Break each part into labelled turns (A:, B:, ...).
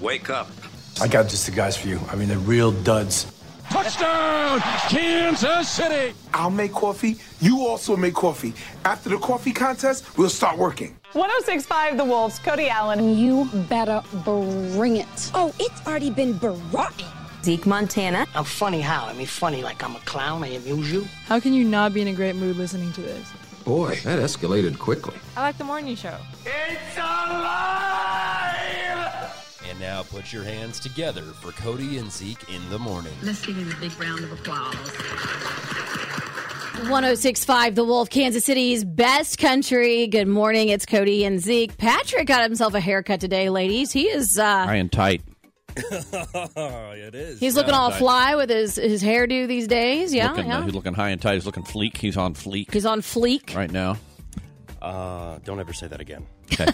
A: Wake up.
B: I got just the guys for you. I mean, they're real duds.
C: Touchdown, Kansas City!
D: I'll make coffee. You also make coffee. After the coffee contest, we'll start working.
E: 1065 The Wolves, Cody Allen.
F: You better bring it.
G: Oh, it's already been baroque.
H: Zeke Montana.
I: I'm funny how? I mean, funny like I'm a clown, I amuse you.
J: How can you not be in a great mood listening to this?
K: Boy, that escalated quickly.
J: I like the morning show.
C: It's alive!
L: And now put your hands together for Cody and Zeke in the morning.
M: Let's give him a big round of applause.
N: 1065 The Wolf, Kansas City's best country. Good morning. It's Cody and Zeke. Patrick got himself a haircut today, ladies. He is uh
O: iron tight.
L: it is.
N: He's looking all tight. fly with his his hairdo these days. Yeah,
O: looking,
N: Oh, yeah.
O: Uh, he's looking high and tight. He's looking fleek. He's on fleek.
N: He's on fleek
O: right now.
L: Uh, don't ever say that again.
O: Okay.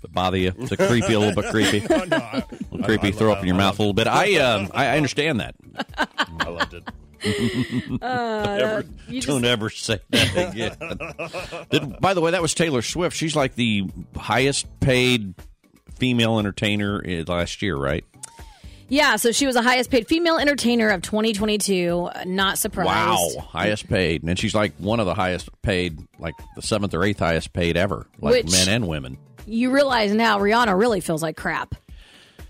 O: but bother you? It's a uh, creepy, a little bit creepy. no, no, I, I, creepy. I, throw up in your mouth a little bit. I um, I understand that.
L: I loved it.
N: uh,
O: ever,
N: just...
O: don't ever say that again. Did, by the way, that was Taylor Swift. She's like the highest paid female entertainer uh, last year, right?
N: Yeah, so she was the highest paid female entertainer of 2022. Not surprised.
O: Wow, highest paid, and she's like one of the highest paid, like the seventh or eighth highest paid ever, like
N: Which
O: men and women.
N: You realize now, Rihanna really feels like crap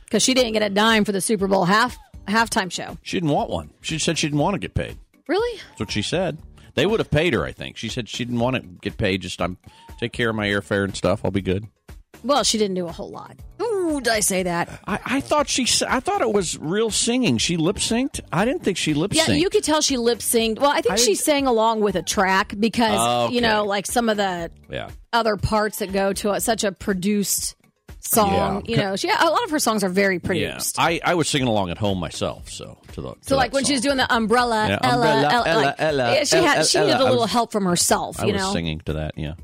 N: because she didn't get a dime for the Super Bowl half halftime show.
O: She didn't want one. She said she didn't want to get paid.
N: Really?
O: That's what she said. They would have paid her, I think. She said she didn't want to get paid. Just I'm take care of my airfare and stuff. I'll be good.
N: Well, she didn't do a whole lot. Ooh, did I say that?
O: I, I thought she. I thought it was real singing. She lip synced. I didn't think she lip synced.
N: Yeah, you could tell she lip synced. Well, I think I she sang along with a track because
O: Oh, Okay.
N: you know, like some of the
O: yeah.
N: other parts that go to it, such a produced song.
O: Yeah.
N: You know, she a lot of her songs are very produced.
O: Yeah. I, I was singing along at home myself, so to the to
N: So like
O: that
N: when
O: song.
N: she was doing the umbrella,
O: Yeah,
N: Ella,
O: umbrella,
N: Ella,
O: Ella,
N: like,
O: Ella,
N: yeah, she
O: Ella,
N: had she
O: Ella.
N: needed
O: I
N: a little
O: was-
N: help from herself.
O: I
N: you
O: was
N: know,
O: singing to that. Yeah,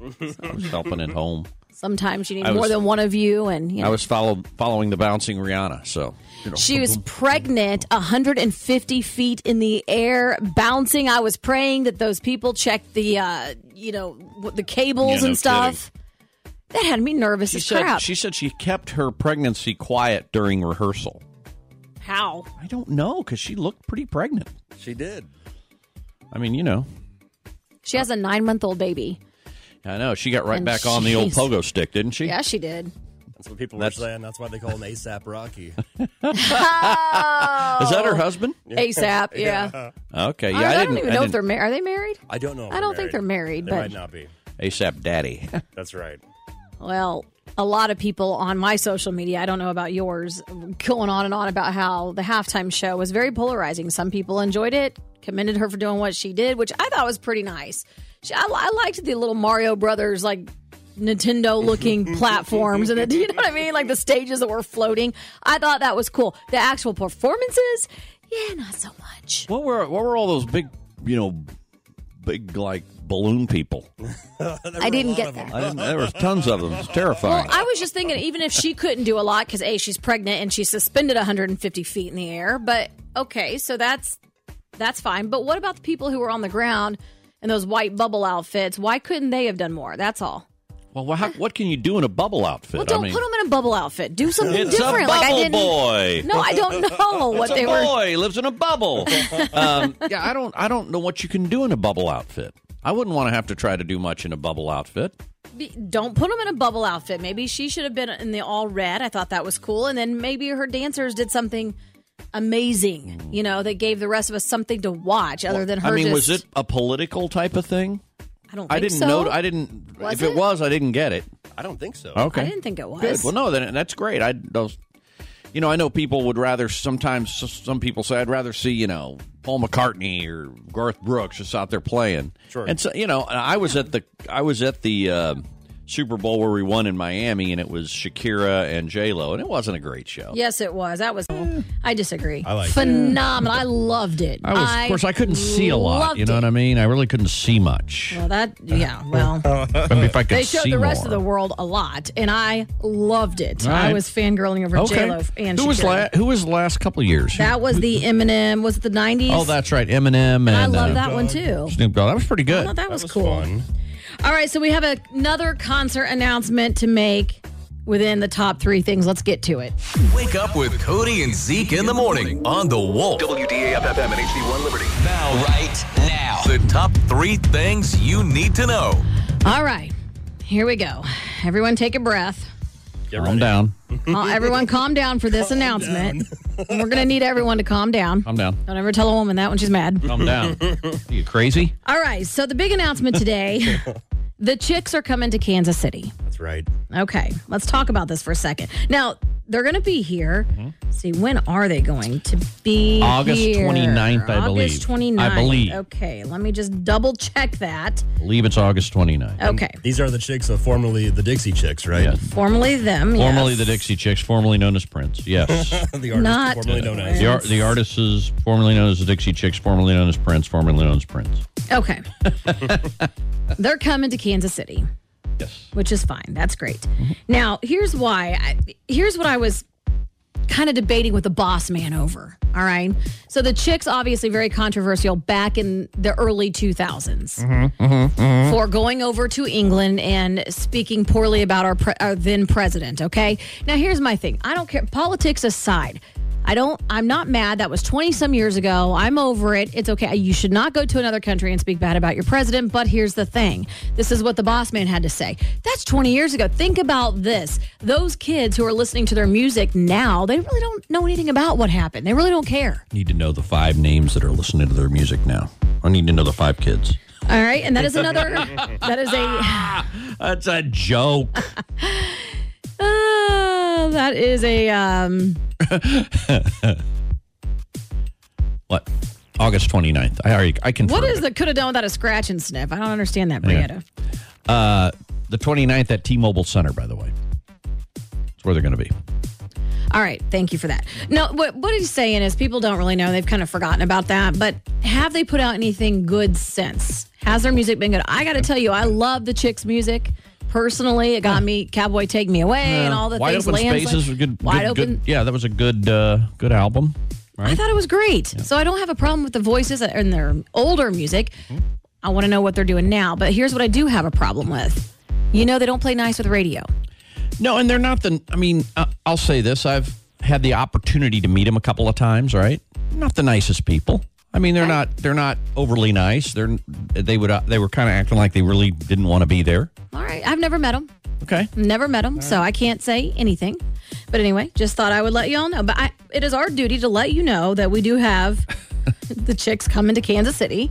O: I was helping at home.
N: sometimes you need
O: I
N: more
O: was-
N: than one of you, and you know.
O: I was follow, following the bouncing Rihanna. So you know,
N: She was pregnant, 150 feet in the air, bouncing. I was praying that those people checked the, uh, you know, w- the cables
O: Yeah, no
N: and stuff. That had me nervous
O: She
N: as
O: said
N: crap.
O: she said she kept her pregnancy quiet during rehearsal.
N: How?
O: I don't know because she looked pretty pregnant.
L: She did.
O: I mean, you know,
N: She has a nine month old baby.
O: I know she got right
N: And
O: back on the old
N: she's-
O: pogo stick, didn't she?
N: Yeah, she did.
L: That's what people
O: That's-
L: were saying. That's why they call him ASAP Rocky.
O: Is that her husband?
N: ASAP, Oh. yeah.
O: Okay, yeah,
N: I,
O: I,
N: I
O: didn't.
N: don't even know if they're married. Are they married?
L: I don't know. if
N: I don't think they're married,
L: They
N: but-
L: might not be.
O: they're ASAP Daddy.
L: That's right.
N: Well, a lot of people on my social media, I don't know about yours, going on and on about how the halftime show was very polarizing. Some people enjoyed it, commended her for doing what she did, which I thought was pretty nice. She, I, I liked the little Mario Brothers, like Nintendo looking platforms, and the, you know what I mean? Like the stages that were floating. I thought that was cool. The actual performances, yeah, not so much.
O: What were what were all those big, you know, big like balloon people?
N: I didn't get that.
O: I didn't, there was tons of them. It was terrifying.
N: Well, I was just thinking, even if she couldn't do a lot, because a she's pregnant and she's suspended 150 feet in the air. But okay, so that's that's fine. But what about the people who were on the ground in those white bubble outfits? Why couldn't they have done more? That's all.
O: well, wha- how, what can you do in a bubble outfit?
N: Well, don't
O: I mean,
N: put them in a bubble outfit. Do something
O: it's
N: different.
O: a bubble
N: like I didn't.
O: boy.
N: No, I don't know
O: It's
N: what
O: a
N: they were.
O: boy lives in a bubble. um, yeah, I don't. I don't know what you can do in a bubble outfit. I wouldn't want to have to try to do much in a bubble outfit.
N: Be- Don't put them in a bubble outfit. Maybe she should have been in the all red. I thought that was cool. And then maybe her dancers did something amazing. You know, that gave the rest of us something to watch other than her.
O: I mean, was
N: just-
O: it a political type of thing?
N: I don't. Think
O: I didn't
N: so.
O: know. I didn't.
N: Was
O: if it?
N: it?
O: was, I didn't get it.
L: I don't think so.
O: Okay.
N: I didn't think it was.
O: Good. Well, no, then that's great. I those, you know, I know people would rather sometimes s- some people say I'd rather see you know Paul McCartney or Garth Brooks just out there playing.
L: Sure.
O: And so you know, I was at the I was at the uh, Super Bowl where we won in Miami, and it was Shakira and J Lo, and it wasn't a great show.
N: Yes, it was. That was. I disagree. I
L: like it.
N: Phenomenal. I loved it.
O: I was, of course, I couldn't see a lot.
N: loved
O: You know what
N: it.
O: I mean? I really couldn't see much.
N: Well, that yeah. Well,
O: I mean, if I could
N: they showed
O: see
N: the rest
O: more.
N: of the world a lot, and I loved it.
O: All
N: I
O: right.
N: was fangirling over
O: Okay.
N: J Lo and
O: who was
N: Shakira.
O: la- who was the last couple of years?
N: That was the Eminem. Was it the nineties?
O: oh, that's right, Eminem and
N: I love
O: uh,
N: that one too. Oh,
O: Snoop Dogg. That was pretty
N: I
O: good.
N: thought that, was, cool. All right, so we have another concert announcement to make. within the top three things. Let's get to it.
A: Wake up with Cody and Zeke in the morning on The Wolf.
H: WDAFFM and HD1 Liberty.
A: Now, right now. The top three things you need to know.
N: All right, here we go. Everyone, take a breath.
O: Calm down.
N: Uh, everyone, calm down for this announcement. We're going to need everyone to calm down.
O: Calm down.
N: Don't ever tell a woman that when she's mad.
O: Calm down. Are you crazy?
N: All right, so the big announcement today the chicks are coming to Kansas City.
H: That's right.
N: Okay, let's talk about this for a second. Now, they're going to be here. See, when are they going to be
O: Mm-hmm. August
N: here?
O: 29th, I
N: August
O: believe.
N: 29th.
O: I believe.
N: Okay, let me just double check that.
O: I believe it's August 29th.
N: Okay.
H: These are the chicks of formerly the Dixie Chicks, right?
N: Formerly them.
O: Formerly
N: yes.
O: the Dixie Chicks, formerly known as Prince. Yes.
H: the artist
N: Not-
H: formerly known as.
O: The, ar- the artist is formerly known as the Dixie Chicks, formerly known as Prince, formerly known as Prince.
N: Okay. They're coming to Kansas City. Yes. Which is fine. That's great. Now, here's why. I, here's what I was kind of debating with the boss man over. All right. So the chicks, obviously, very controversial back in the early 2000s for going over to England and speaking poorly about our, pre- our then president. Okay. Now, here's my thing I don't care, politics aside. I don't, I'm not mad. That was 20 some years ago. I'm over it. It's okay. You should not go to another country and speak bad about your president. But here's the thing this is what the boss man had to say. That's 20 years ago. Think about this. Those kids who are listening to their music now, they really don't know anything about what happened. They really don't care.
O: Need to know the five names that are listening to their music now. I need to know the five kids.
N: All right. And that is another, that is a.
O: That's a joke.
N: Uh, that is a um
O: what? August 29th. I already I confirmed.
N: what is
O: it.
N: the could have done without a scratch and sniff? I don't understand that, Brietta.
O: Uh, the 29th at T-Mobile Center, by the way. That's where they're going to be.
N: All right, thank you for that. No, what what he's saying is people don't really know. They've kind of forgotten about that. But have they put out anything good since? Has their music been good? I got to tell you, I love the chicks' music. Personally, it got me Cowboy Take Me Away and all the
O: wide
N: things.
O: open
N: Landslide-
O: spaces. were Good,
N: Wide
O: good-
N: open.
O: good- yeah, that was a good uh, good album. Right?
N: I thought it was great. So I don't have a problem with the voices and their older music.
O: Mm-hmm.
N: I want to know what they're doing now. But here's what I do have a problem with. You know, they don't play nice with radio.
O: No, and they're not the. I mean, uh, I'll say this: I've had the opportunity to meet them a couple of times. Right? Not the nicest people. I mean, they're not. They're not overly nice. They're. They would. Uh, they were kind of acting like they really didn't want to be there.
N: All right. I've never met them.
O: Okay.
N: Never met them. So I can't say anything. But anyway, just thought I would let you all know. But I, it is our duty to let you know that we do have the chicks coming to Kansas City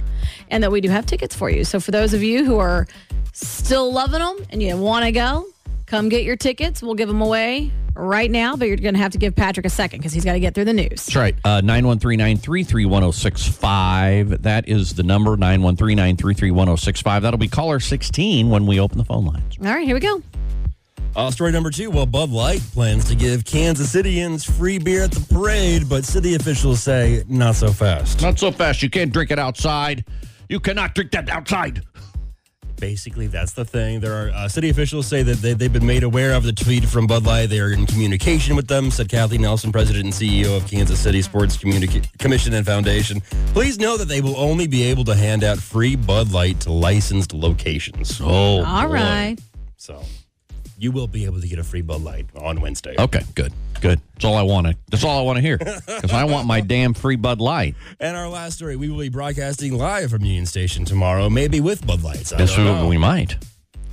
N: and that we do have tickets for you. So for those of you who are still loving them and you want to go, come get your tickets. We'll give them away right now. But you're going to have to give Patrick a second because he's got to get through the news.
O: That's right. Uh, 913-933-1065. That is the number, 913-933-1065. That'll be caller 16 when we open the phone lines.
N: All right, here we go.
H: Uh, story number two. Well, Bud Light plans to give Kansas Cityans free beer at the parade, but city officials say not so fast.
O: Not so fast. You can't drink it outside. You cannot drink that outside.
H: Basically, that's the thing. There are uh, city officials say that they, they've been made aware of the tweet from Bud Light. They are in communication with them, said Kathy Nelson, president and CEO of Kansas City Sports Communica- Commission and Foundation. Please know that they will only be able to hand out free Bud Light to licensed locations.
O: Oh,
N: All right.
H: So you will be able to get a free Bud Light on Wednesday.
O: Okay, good. Good. That's all I want to. That's all I want to hear. Because I want my damn free Bud Light.
H: And our last story, we will be broadcasting live from Union Station tomorrow, maybe with Bud Lights. I
O: That's
H: don't
O: what
H: know.
O: we might.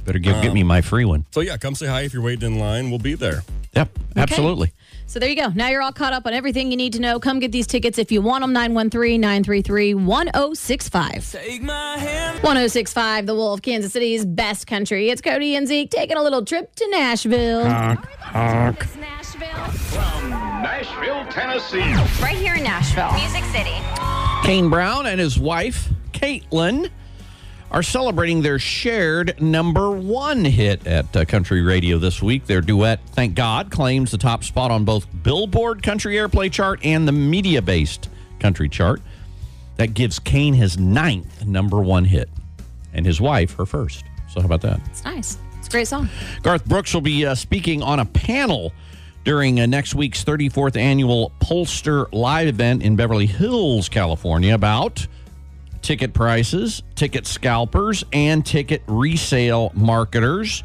O: Better give, get me my free one.
H: So yeah, come say hi if you're waiting in line. We'll be there.
O: Yep, absolutely.
N: So there you go. Now you're all caught up on everything you need to know. Come get these tickets if you want them. 913 933 1065.
M: Take my hand.
N: 1065, the Wolf, Kansas City's best country. It's Cody and Zeke taking a little trip to Nashville.
C: Nashville, Tennessee.
M: Right here in Nashville. Music City.
O: Kane Brown and his wife, Caitlin, are celebrating their shared number one hit at uh, country radio this week. Their duet, Thank God, claims the top spot on both Billboard Country Airplay chart and the media based country chart. That gives Kane his ninth number one hit and his wife her first. So, how about that?
N: It's nice. It's a great song.
O: Garth Brooks will be uh, speaking on a panel during uh, next week's 34th annual Pollster Live event in Beverly Hills, California, about ticket prices, ticket scalpers, and ticket resale marketers.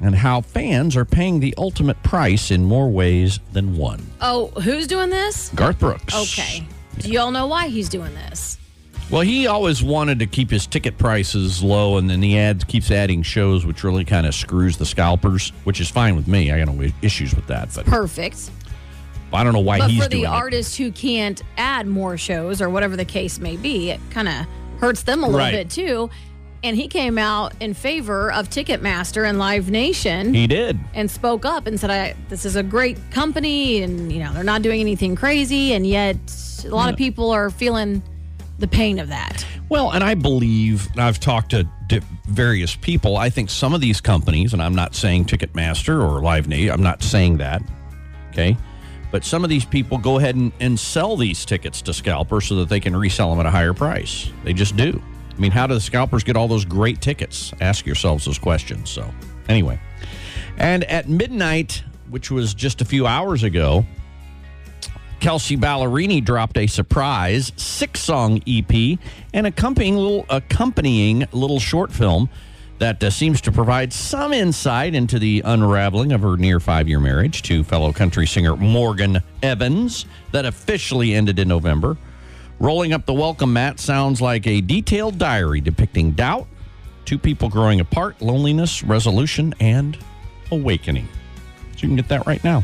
O: and how fans are paying the ultimate price in more ways than one.
N: Oh, who's doing this?
O: Garth Brooks.
N: Okay. Do y'all know why he's doing this?
O: Well, he always wanted to keep his ticket prices low, and then the ad keeps adding shows, which really kind of screws the scalpers, which is fine with me. I got no issues with that, but
N: Perfect.
O: I don't know why
N: but
O: he's
N: for the
O: doing it.
N: artists who can't add more shows or whatever the case may be, it kind of hurts them a little
O: Right.
N: bit too. And he came out in favor of Ticketmaster and Live Nation.
O: He did.
N: and spoke up and said, "I this is a great company, and you know they're not doing anything crazy, and yet a lot of people are feeling the pain of that."
O: Well, and I believe and I've talked to di- various people. I think some of these companies, and I'm not saying Ticketmaster or Live Nation, I'm not saying that. Okay. But some of these people go ahead and, and sell these tickets to scalpers so that they can resell them at a higher price. They just do. I mean, how do the scalpers get all those great tickets? Ask yourselves those questions. So, anyway. And at midnight, which was just a few hours ago, Kelsey Ballerini dropped a surprise six-song EP and accompanying little accompanying little short film that uh, seems to provide some insight into the unraveling of her near five-year marriage to fellow country singer Morgan Evans that officially ended in November. Rolling up the welcome mat sounds like a detailed diary depicting doubt, two people growing apart, loneliness, resolution, and awakening. So you can get that right now.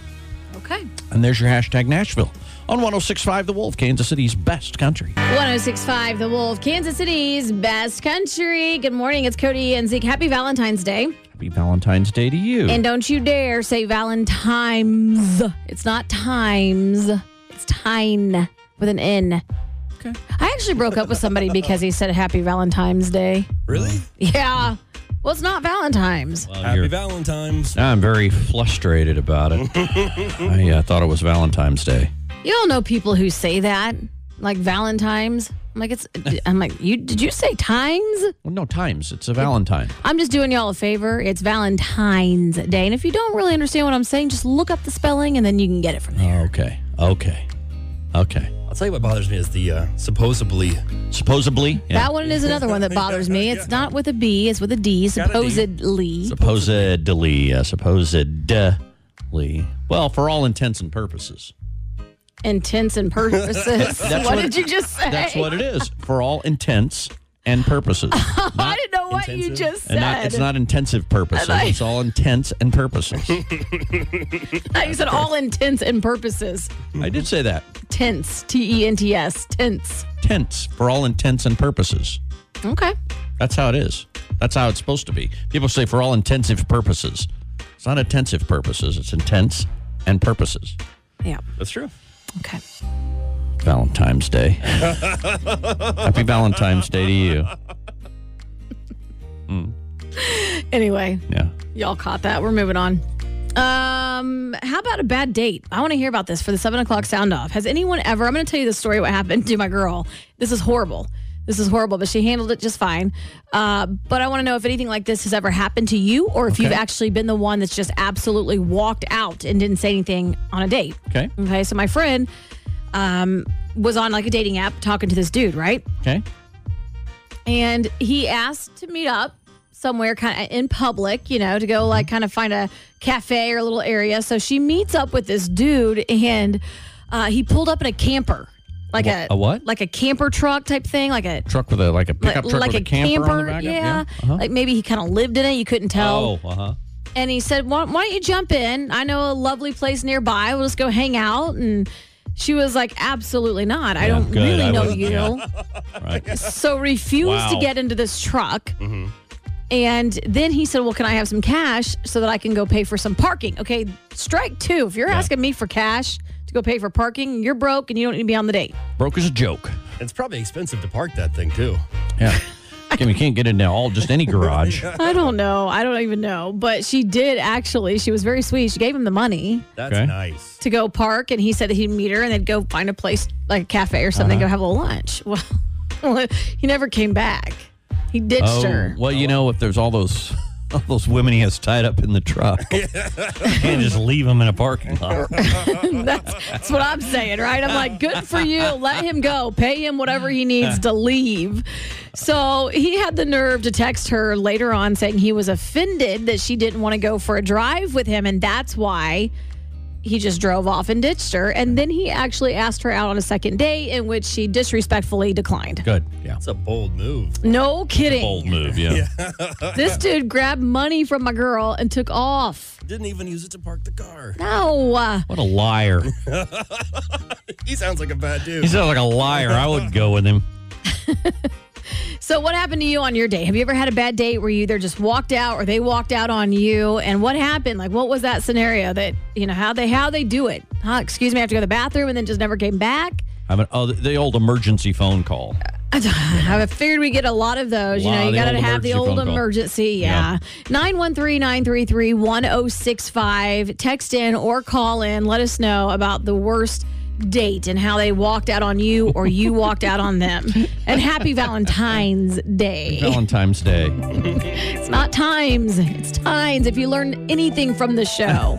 N: Okay.
O: And there's your hashtag Nashville on 1065 The Wolf, Kansas City's best country.
N: 1065 The Wolf, Kansas City's best country. Good morning. It's Cody and Zeke. Happy Valentine's Day.
O: Happy Valentine's Day to you.
N: And don't you dare say Valentine's. It's not times, it's tine with an N. Okay. I actually broke up with somebody because he said Happy Valentine's Day.
H: Really?
N: Yeah. Well, it's not Valentine's.
H: Happy Valentine's.
O: I'm very frustrated about it. I uh, thought it was Valentine's Day.
N: You all know people who say that, like Valentine's. I'm like, it's. I'm like, you did you say times?
O: Well, no, times. It's a Valentine.
N: I'm just doing y'all a favor. It's Valentine's Day, and if you don't really understand what I'm saying, just look up the spelling, and then you can get it from there.
O: Okay. Okay. Okay.
H: I'll tell you what bothers me is the uh, supposedly.
O: Supposedly?
N: That one is another one that bothers me. It's not with a B, it's with a D,
H: Got a D.
N: supposedly.
O: Supposedly. Uh, supposedly. Well, for all intents and purposes.
N: Intents and purposes.
O: That's
N: what
O: what-
N: did you just say?
O: That's what it is. For all intents and purposes.
N: I didn't know what you just said.
O: And not, it's not intensive purposes.
N: And I-
O: It's all intents and purposes.
N: you said all intents and purposes.
O: I did say that.
N: Tense. T E N T S. Tense.
O: Tense for all intents and purposes.
N: Okay.
O: That's how it is. That's how it's supposed to be. People say for all intensive purposes. It's not intensive purposes. It's intense and purposes.
N: Yeah.
H: That's true.
N: Okay.
O: Valentine's Day. Happy Valentine's Day to you. Mm,
N: Anyway,
O: yeah.
N: y'all caught that. We're moving on. Um, how about a bad date? I want to hear about this for the seven o'clock sound off. Has anyone ever? I'm going to tell you the story. What happened to my girl? This is horrible. This is horrible, but she handled it just fine. Uh, but I want to know if anything like this has ever happened to you, or if you've
P: Okay.
N: actually been the one that's just absolutely walked out and didn't say anything on a date.
O: Okay.
N: Okay. So my friend um, was on like a dating app talking to this dude, right?
O: Okay.
N: and he asked to meet up somewhere kind of in public, you know, to go like kind of find a cafe or a little area. So she meets up with this dude and uh, he pulled up in a camper. Like a,
O: A what?
N: Like a camper truck type thing, like a
O: Truck with a like a pickup truck with a camper, on the back.
N: yeah.
O: Uh-huh.
N: Like maybe he kind of lived in it, you couldn't tell.
O: Oh, uh-huh.
N: And he said, why, why don't you jump in? I know a lovely place nearby. We'll just go hang out. And she was like, absolutely not. I
O: Yeah,
N: don't
O: good.
N: really
O: I
N: know
O: wouldn't-
N: you.
O: Right.
N: So refused to
O: Wow.
N: get into this truck.
O: Mm-hmm.
N: And then he said, Well, can I have some cash so that I can go pay for some parking? Okay, strike two. If you're asking me for cash to go pay for parking, you're broke and you don't need to be on the date.
O: Broke as a joke.
H: It's probably expensive to park that thing, too.
O: Yeah. Kim, you can't get in all just any garage.
N: I don't know. I don't even know. But she did actually. She was very sweet. She gave him the money
H: That's nice.
N: to go park and he said that he'd meet her and they'd go find a place like a cafe or something,
O: Uh-huh.
N: go have a little lunch. Well, he never came back. He ditched
O: Oh,
N: her.
O: Well, you know, if there's all those All those women he has tied up in the truck. and just leave them in a parking lot.
N: that's, that's what I'm saying, right? I'm like, good for you. Let him go. Pay him whatever he needs to leave. So he had the nerve to text her later on saying he was offended that she didn't want to go for a drive with him. And that's why he just drove off and ditched her. And then he actually asked her out on a second date, in which she disrespectfully declined.
O: Good. Yeah.
H: It's a bold move.
N: No kidding.
O: Bold move, yeah.
N: This dude grabbed money from my girl and took off.
H: Didn't even use it to park the car.
N: No.
O: What a liar.
H: he sounds like a bad dude.
O: He sounds like a liar. I wouldn't go with him.
N: So, what happened to you on your date? Have you ever had a bad date where you either just walked out or they walked out on you? And what happened? Like, what was that scenario? That you know how they how they do it? Huh? Excuse me, I have to go to the bathroom, and then just never came back.
O: I mean, oh, the old emergency phone call.
N: I figured we get a lot of those. You
O: Lot
N: know,
O: of
N: you
O: the
N: got to
O: old
N: have the
O: emergency
N: old
O: phone call.
N: emergency. Yeah. 913 933 1065. Text in or call in. Let us know about the worst date and how they walked out on you or you walked out on them. And happy Valentine's Day.
O: Valentine's Day.
N: It's not times, it's times. If you learn anything from the show,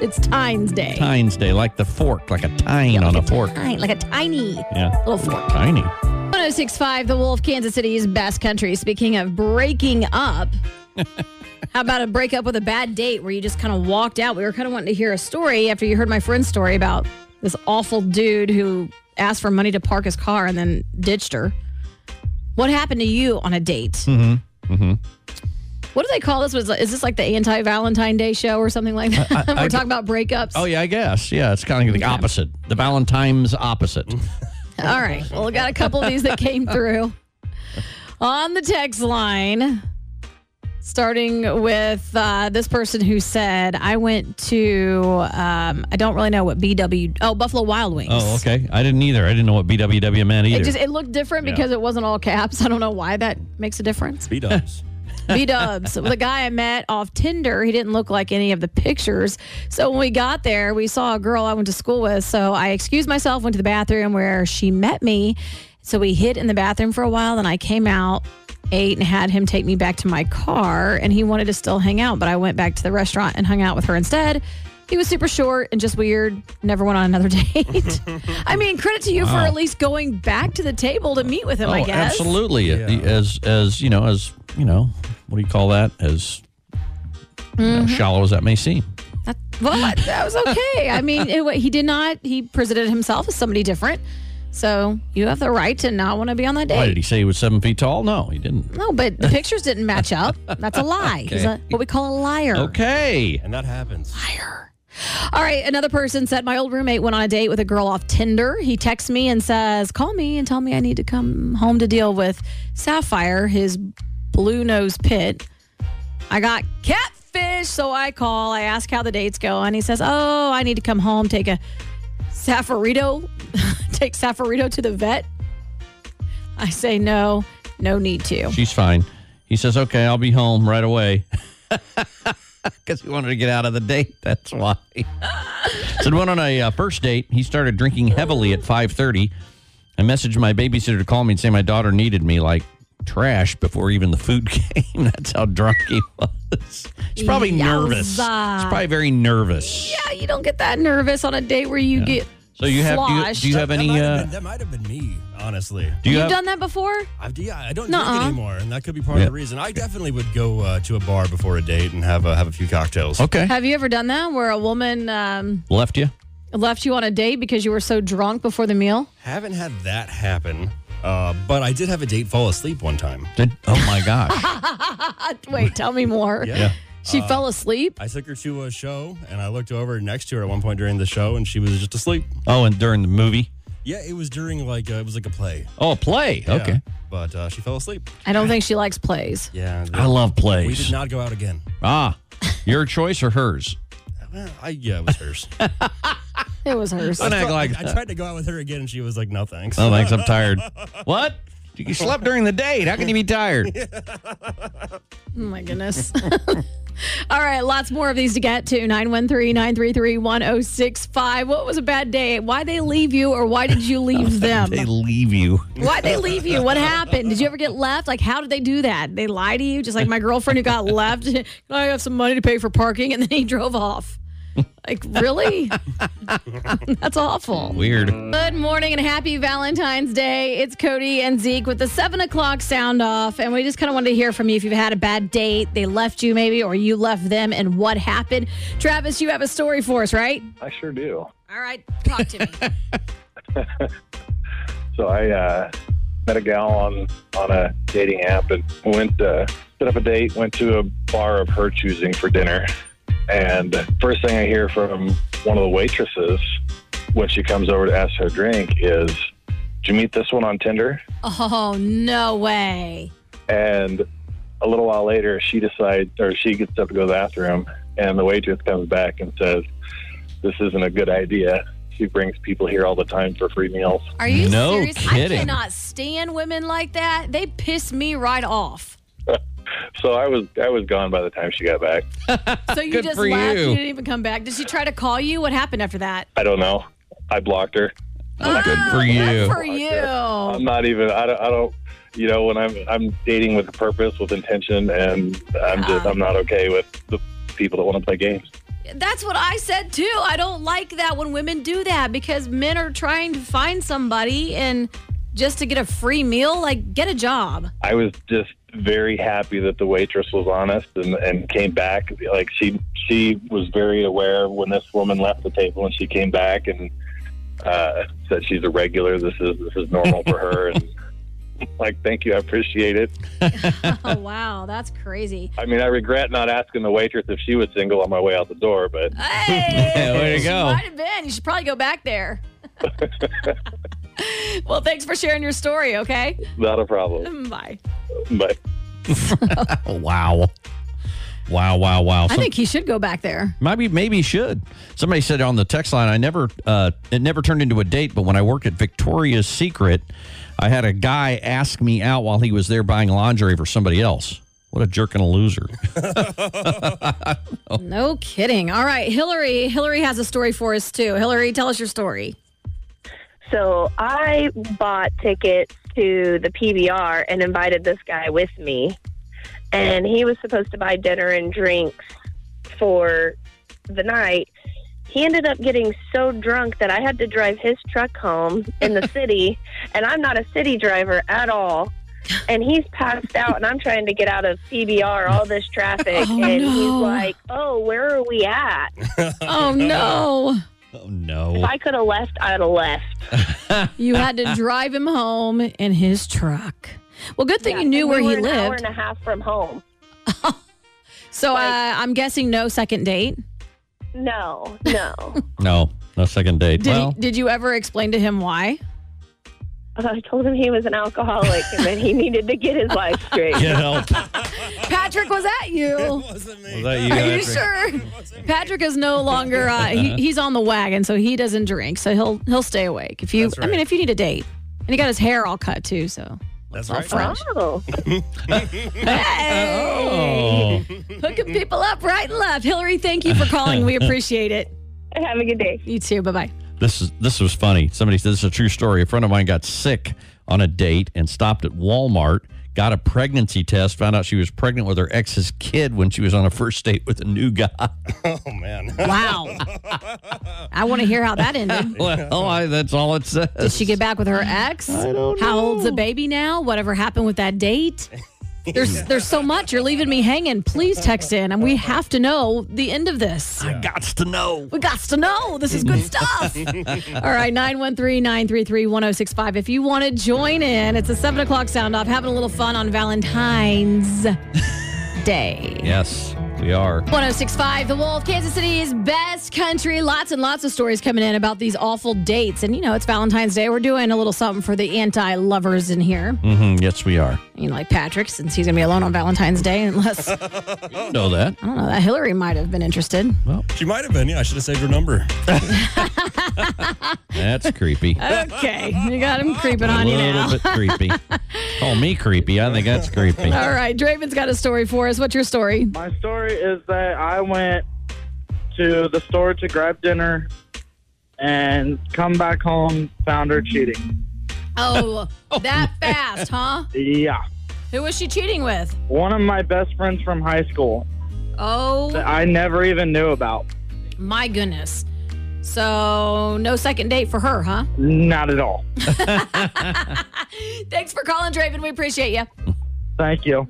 N: it's Tines Day.
O: Tines Day, like the fork, like a tine on a fork.
N: Tine, like a tiny
O: Yeah.
N: little fork.
O: Tiny.
N: 1065, The Wolf, Kansas City's best country. Speaking of breaking up, how about a breakup with a bad date where you just kind of walked out? We were kind of wanting to hear a story after you heard my friend's story about this awful dude who asked for money to park his car and then ditched her. What happened to you on a date?
O: Mm-hmm. Mm-hmm.
N: What do they call this? Was is this like the anti Valentine Day show or something like that?
O: I- I-
N: We're talking about breakups.
O: Oh, yeah, I guess. Yeah, it's kind of the opposite. The Valentine's opposite.
N: All right. Well, we got a couple of these that came through on the text line. Starting with uh, this person who said, "I went to um, I don't really know what BW oh Buffalo Wild Wings.
O: Oh, okay. I didn't either. I didn't know what BWW meant either.
N: It just it looked different
O: Yeah.
N: because it wasn't all caps. I don't know why that makes a difference.
H: B dubs.
N: B Dubs, the guy I met off Tinder, he didn't look like any of the pictures. So when we got there, we saw a girl I went to school with. So I excused myself, went to the bathroom where she met me. So we hid in the bathroom for a while. Then I came out, ate, and had him take me back to my car. And he wanted to still hang out, but I went back to the restaurant and hung out with her instead. He was super short and just weird. Never went on another date. I mean, credit to you for
O: Wow.
N: at least going back to the table to meet with him.
O: oh,
N: I guess
O: absolutely. As as you know, as you know, what do you call that? As you know,
N: Mhm.
O: shallow as that may seem.
N: Well, I- that was okay. I mean, it, wa- he did not. He presented himself as somebody different. So you have the right to not want to be on that
O: Why
N: date.
O: did he say he was seven feet tall? No, he didn't.
N: No, but the pictures didn't match up. That's a lie. He's a,
O: Okay.
N: what we call a liar.
O: Okay.
H: And that happens.
N: All right. Another person said my old roommate went on a date with a girl off Tinder. He texts me and says, "Call me and tell me I need to come home to deal with Sapphire, his blue nose pit." I got catfish, so I call. I ask how the date's going. He says, "Oh, I need to come home, take a Safarito, take Safarito to the vet." I say, "No, no need to."
O: She's fine. He says, "Okay, I'll be home right away." Because he wanted to get out of the date. That's why. Said went on a uh, first date. He started drinking heavily at five thirty. I messaged my babysitter to call me and say my daughter needed me like trash before even the food came. That's how drunk he was. He's probably nervous. He's
N: Yowza.
O: probably very nervous.
N: Yeah, Ah, you don't get that nervous on a date where you get
O: So you have do you, do you
N: sloshed.
O: have any? Uh,
H: That might have been me, honestly.
O: do you
N: You've
O: have?
N: done that before?
H: I've, yeah, I don't
N: Nuh-uh.
H: drink anymore, and that could be part
O: Yeah.
H: of the reason. I definitely would go uh, to a bar before a date and have uh, have a few cocktails.
O: okay,
N: Have you ever done that where a woman um,
O: left you.
N: left you on a date because you were so drunk before the meal?
H: Haven't had that happen, uh, but I did have a date fall asleep one time.
O: Did, oh my gosh!
N: Wait, tell me more.
H: Yeah.
N: She fell asleep.
H: I took her to a show, and I looked over next to her at one point during the show, and she was just asleep.
O: Oh, and during the movie.
H: Yeah, it was during like uh, it was like a play.
O: Oh, a play.
H: Yeah,
O: Okay.
H: but uh, she fell asleep.
N: I don't think she likes plays.
H: Yeah,
O: I love plays.
H: We did not go out again.
O: Ah, your choice or hers?
H: Well, I, yeah, it was hers.
N: It was hers.
O: Don't act like
H: I tried to go out with her again, and she was like, "No, thanks."
O: Oh, thanks. I'm tired. What? You slept during the day. How can you be tired?
N: Oh my goodness. All right, lots more of these to get to. 913 933 1065. What was a bad day? Why they leave you or why did you leave them?
O: they leave you.
N: Why'd they leave you? What happened? Did you ever get left? Like, how did they do that? They lie to you, just like my girlfriend who got left. Can I have some money to pay for parking? And then he drove off. Like, really? That's awful.
O: Weird.
N: Good morning and happy Valentine's Day. It's Cody and Zeke with the seven o'clock sound off. And we just kind of wanted to hear from you if you've had a bad date, they left you maybe, or you left them, and what happened. Travis, you have a story for us, right?
P: I sure do.
N: All right, talk to me.
P: So I uh, met a gal on on a dating app and went uh, set up a date. Went to a bar of her choosing for dinner, and first thing I hear from one of the waitresses when she comes over to ask her drink is, "Did you meet this one on Tinder?"
N: Oh, no way.
P: And a little while later, she decides, or she gets up to go to the bathroom, and the waitress comes back and says, "This isn't a good idea." She brings people here all the time for free meals.
N: Are you
P: No
N: serious?
P: kidding.
N: I cannot stand women like that. They piss me right off.
P: So I was I was gone by the time she got back.
N: So you
P: Good
N: just
P: for
N: left. You.
P: you.
N: didn't even come back. Did she try to call you? What happened after that?
P: I don't know. I blocked her. for
N: good Good for
P: I'm
N: you.
P: not even. I don't. I don't you know, when I'm I'm dating with a purpose, with intention, and I'm just
J: Uh-huh.
P: I'm not okay with the people that want to play games.
N: That's what I said too. I don't like that when women do that because men are trying to find somebody and just to get a free meal, like get a job.
P: I was just very happy that the waitress was honest and, and came back. Like she she was very aware when this woman left the table and she came back and uh, said she's a regular. This is this is normal for her. And like, thank you, I appreciate it.
N: oh wow, that's crazy.
P: I mean, I regret not asking the waitress if she was single on my way out the door, but
O: way to
N: She might have been. You should probably go back there. well, thanks for sharing your story. Okay, Mm,
P: Not a problem.
N: bye.
P: But
O: Oh, wow. Wow, wow, wow.
N: I
O: Some-
N: think he should go back there.
O: Maybe maybe should. Somebody said on the text line, I never uh, it never turned into a date, but when I worked at Victoria's Secret, I had a guy ask me out while he was there buying lingerie for somebody else. What a jerk and a loser. Oh.
N: No kidding. All right, Hillary. Hillary has a story for us too. Hillary, tell us your story.
Q: So I bought tickets to the PBR and invited this guy with me. And he was supposed to buy dinner and drinks for the night. He ended up getting so drunk that I had to drive his truck home in the city. And I'm not a city driver at all. And he's passed out, and I'm trying to get out of PBR, all this traffic.
N: Oh,
Q: and he's
N: no.
Q: like, Oh, where are we at?
N: Oh no.
O: Oh no.
Q: If I could have left, I'd have left.
N: You had to drive him home in his truck. Well, good thing you knew
Q: and
N: where
Q: we were
N: he
Q: an Hour
N: lived.
Q: and a half from home.
N: So uh, I'm guessing no second date.
Q: No, no.
O: No, no second date.
N: Did,
O: well,
N: did you ever explain to him why?
Q: I told him he was an alcoholic and that he needed to get his life straight.
O: get help.
N: Patrick, was that you?
O: Was that you,
N: Are you
O: Patrick?
N: sure? Patrick is no longer uh, he, he's on the wagon, so he doesn't drink. So he'll he'll stay awake. If you,
H: That's
N: I mean,
H: right.
N: if you need a date, and he got his hair all cut too. So
H: That's
N: all
H: right.
N: French.
Q: Oh.
N: Hey,
H: Mm-hmm.
N: hooking people up right and left. Hillary, thank you for calling. We appreciate it.
Q: Have a good day.
N: You too. Bye bye.
O: This is this was funny. Somebody said this is a true story. A friend of mine got sick on a date and stopped at Walmart, got a pregnancy test, found out she was pregnant with her ex's kid when she was on a first date with a new guy.
H: Oh man.
N: Wow. I want to hear how that ended.
O: well, I, that's all it says.
N: Did she get back with her ex? I don't How old's the baby now? Whatever happened with that date? There's there's so much. You're leaving me hanging. Please text in, and we have to know the end of this.
O: I got to know.
N: We got to know. This is good stuff. All right, 913 933 1065. If you want to join in, it's a 7 o'clock sound off, having a little fun on Valentine's Day.
O: Yes, we are.
N: 1065 The Wolf, Kansas City's best country. Lots and lots of stories coming in about these awful dates. And, you know, it's Valentine's Day. We're doing a little something for the anti lovers in here.
O: Mm-hmm. Yes, we are.
N: You know, like Patrick, since he's going to be alone on Valentine's Day, unless, I
O: Know that.
N: don't know, that Hillary might have been interested.
O: Well,
H: she might have been. Yeah, I should have saved her number.
O: That's creepy.
N: okay, you got him creeping on
O: a
N: you
O: little
N: now.
O: bit creepy. Call me creepy. I think that's creepy.
N: All right, Draven's got a story for us. What's your story?
R: My story is that I went to the store to grab dinner and come back home, found her cheating.
N: Oh, that fast, huh?
R: Yeah.
N: Who was she cheating with?
R: One of my best friends from high school
N: Oh,
R: that I never even knew about.
N: my goodness. So, no second date for her, huh?
R: Not at all.
N: Thanks for calling, Draven. We appreciate you.
R: Thank you.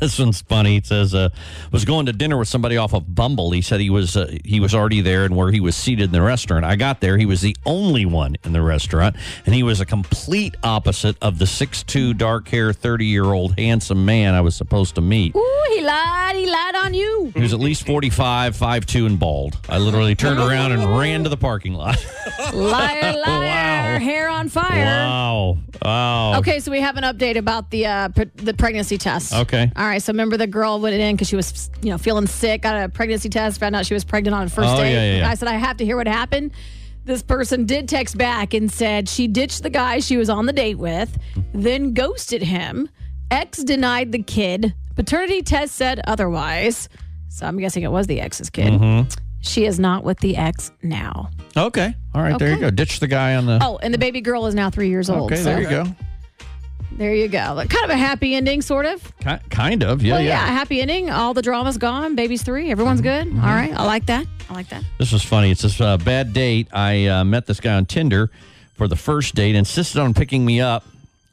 O: this one's funny. It says uh, was going to dinner with somebody off of Bumble. He said he was uh, he was already there and where he was seated in the restaurant. I got there. He was the only one in the restaurant, and he was a complete opposite of the 6'2", dark hair, thirty year old handsome man I was supposed to meet.
N: Ooh, he lied. He lied on you.
O: He was at least 45, 5'2", and bald. I literally turned around and ran to the parking lot.
N: Liar, liar.
O: Oh, Wow.
N: Hair on fire.
O: wow, wow.
N: Okay, so we have an update about the uh, pre- the pregnancy test.
O: Okay.
N: All right. So remember the girl went in because she was you know feeling sick, got a pregnancy test, found out she was pregnant on the first
O: Oh,
N: day.
O: yeah, yeah, yeah.
N: I said I have to hear what happened. This person did text back and said she ditched the guy she was on the date with, then ghosted him. Ex denied the kid. Paternity test said otherwise. So I'm guessing it was the ex's kid.
O: Mhm.
N: She is not with the ex now.
O: Okay. All right. There you
N: Okay.
O: go. Ditch the guy on the.
N: Oh, and the baby girl is now three years old.
O: okay.
N: so-
O: There you go.
N: There you go. Like, Kind of a happy ending, sort of.
O: Ki- kind of. Yeah.
N: well,
O: yeah. Mm-hmm.
N: yeah. happy ending. All the drama's gone. Baby's three. Everyone's good. All right. I like that. I like that.
O: This was funny. It's this uh, bad date. I uh, met this guy on Tinder for the first date, insisted on picking me up,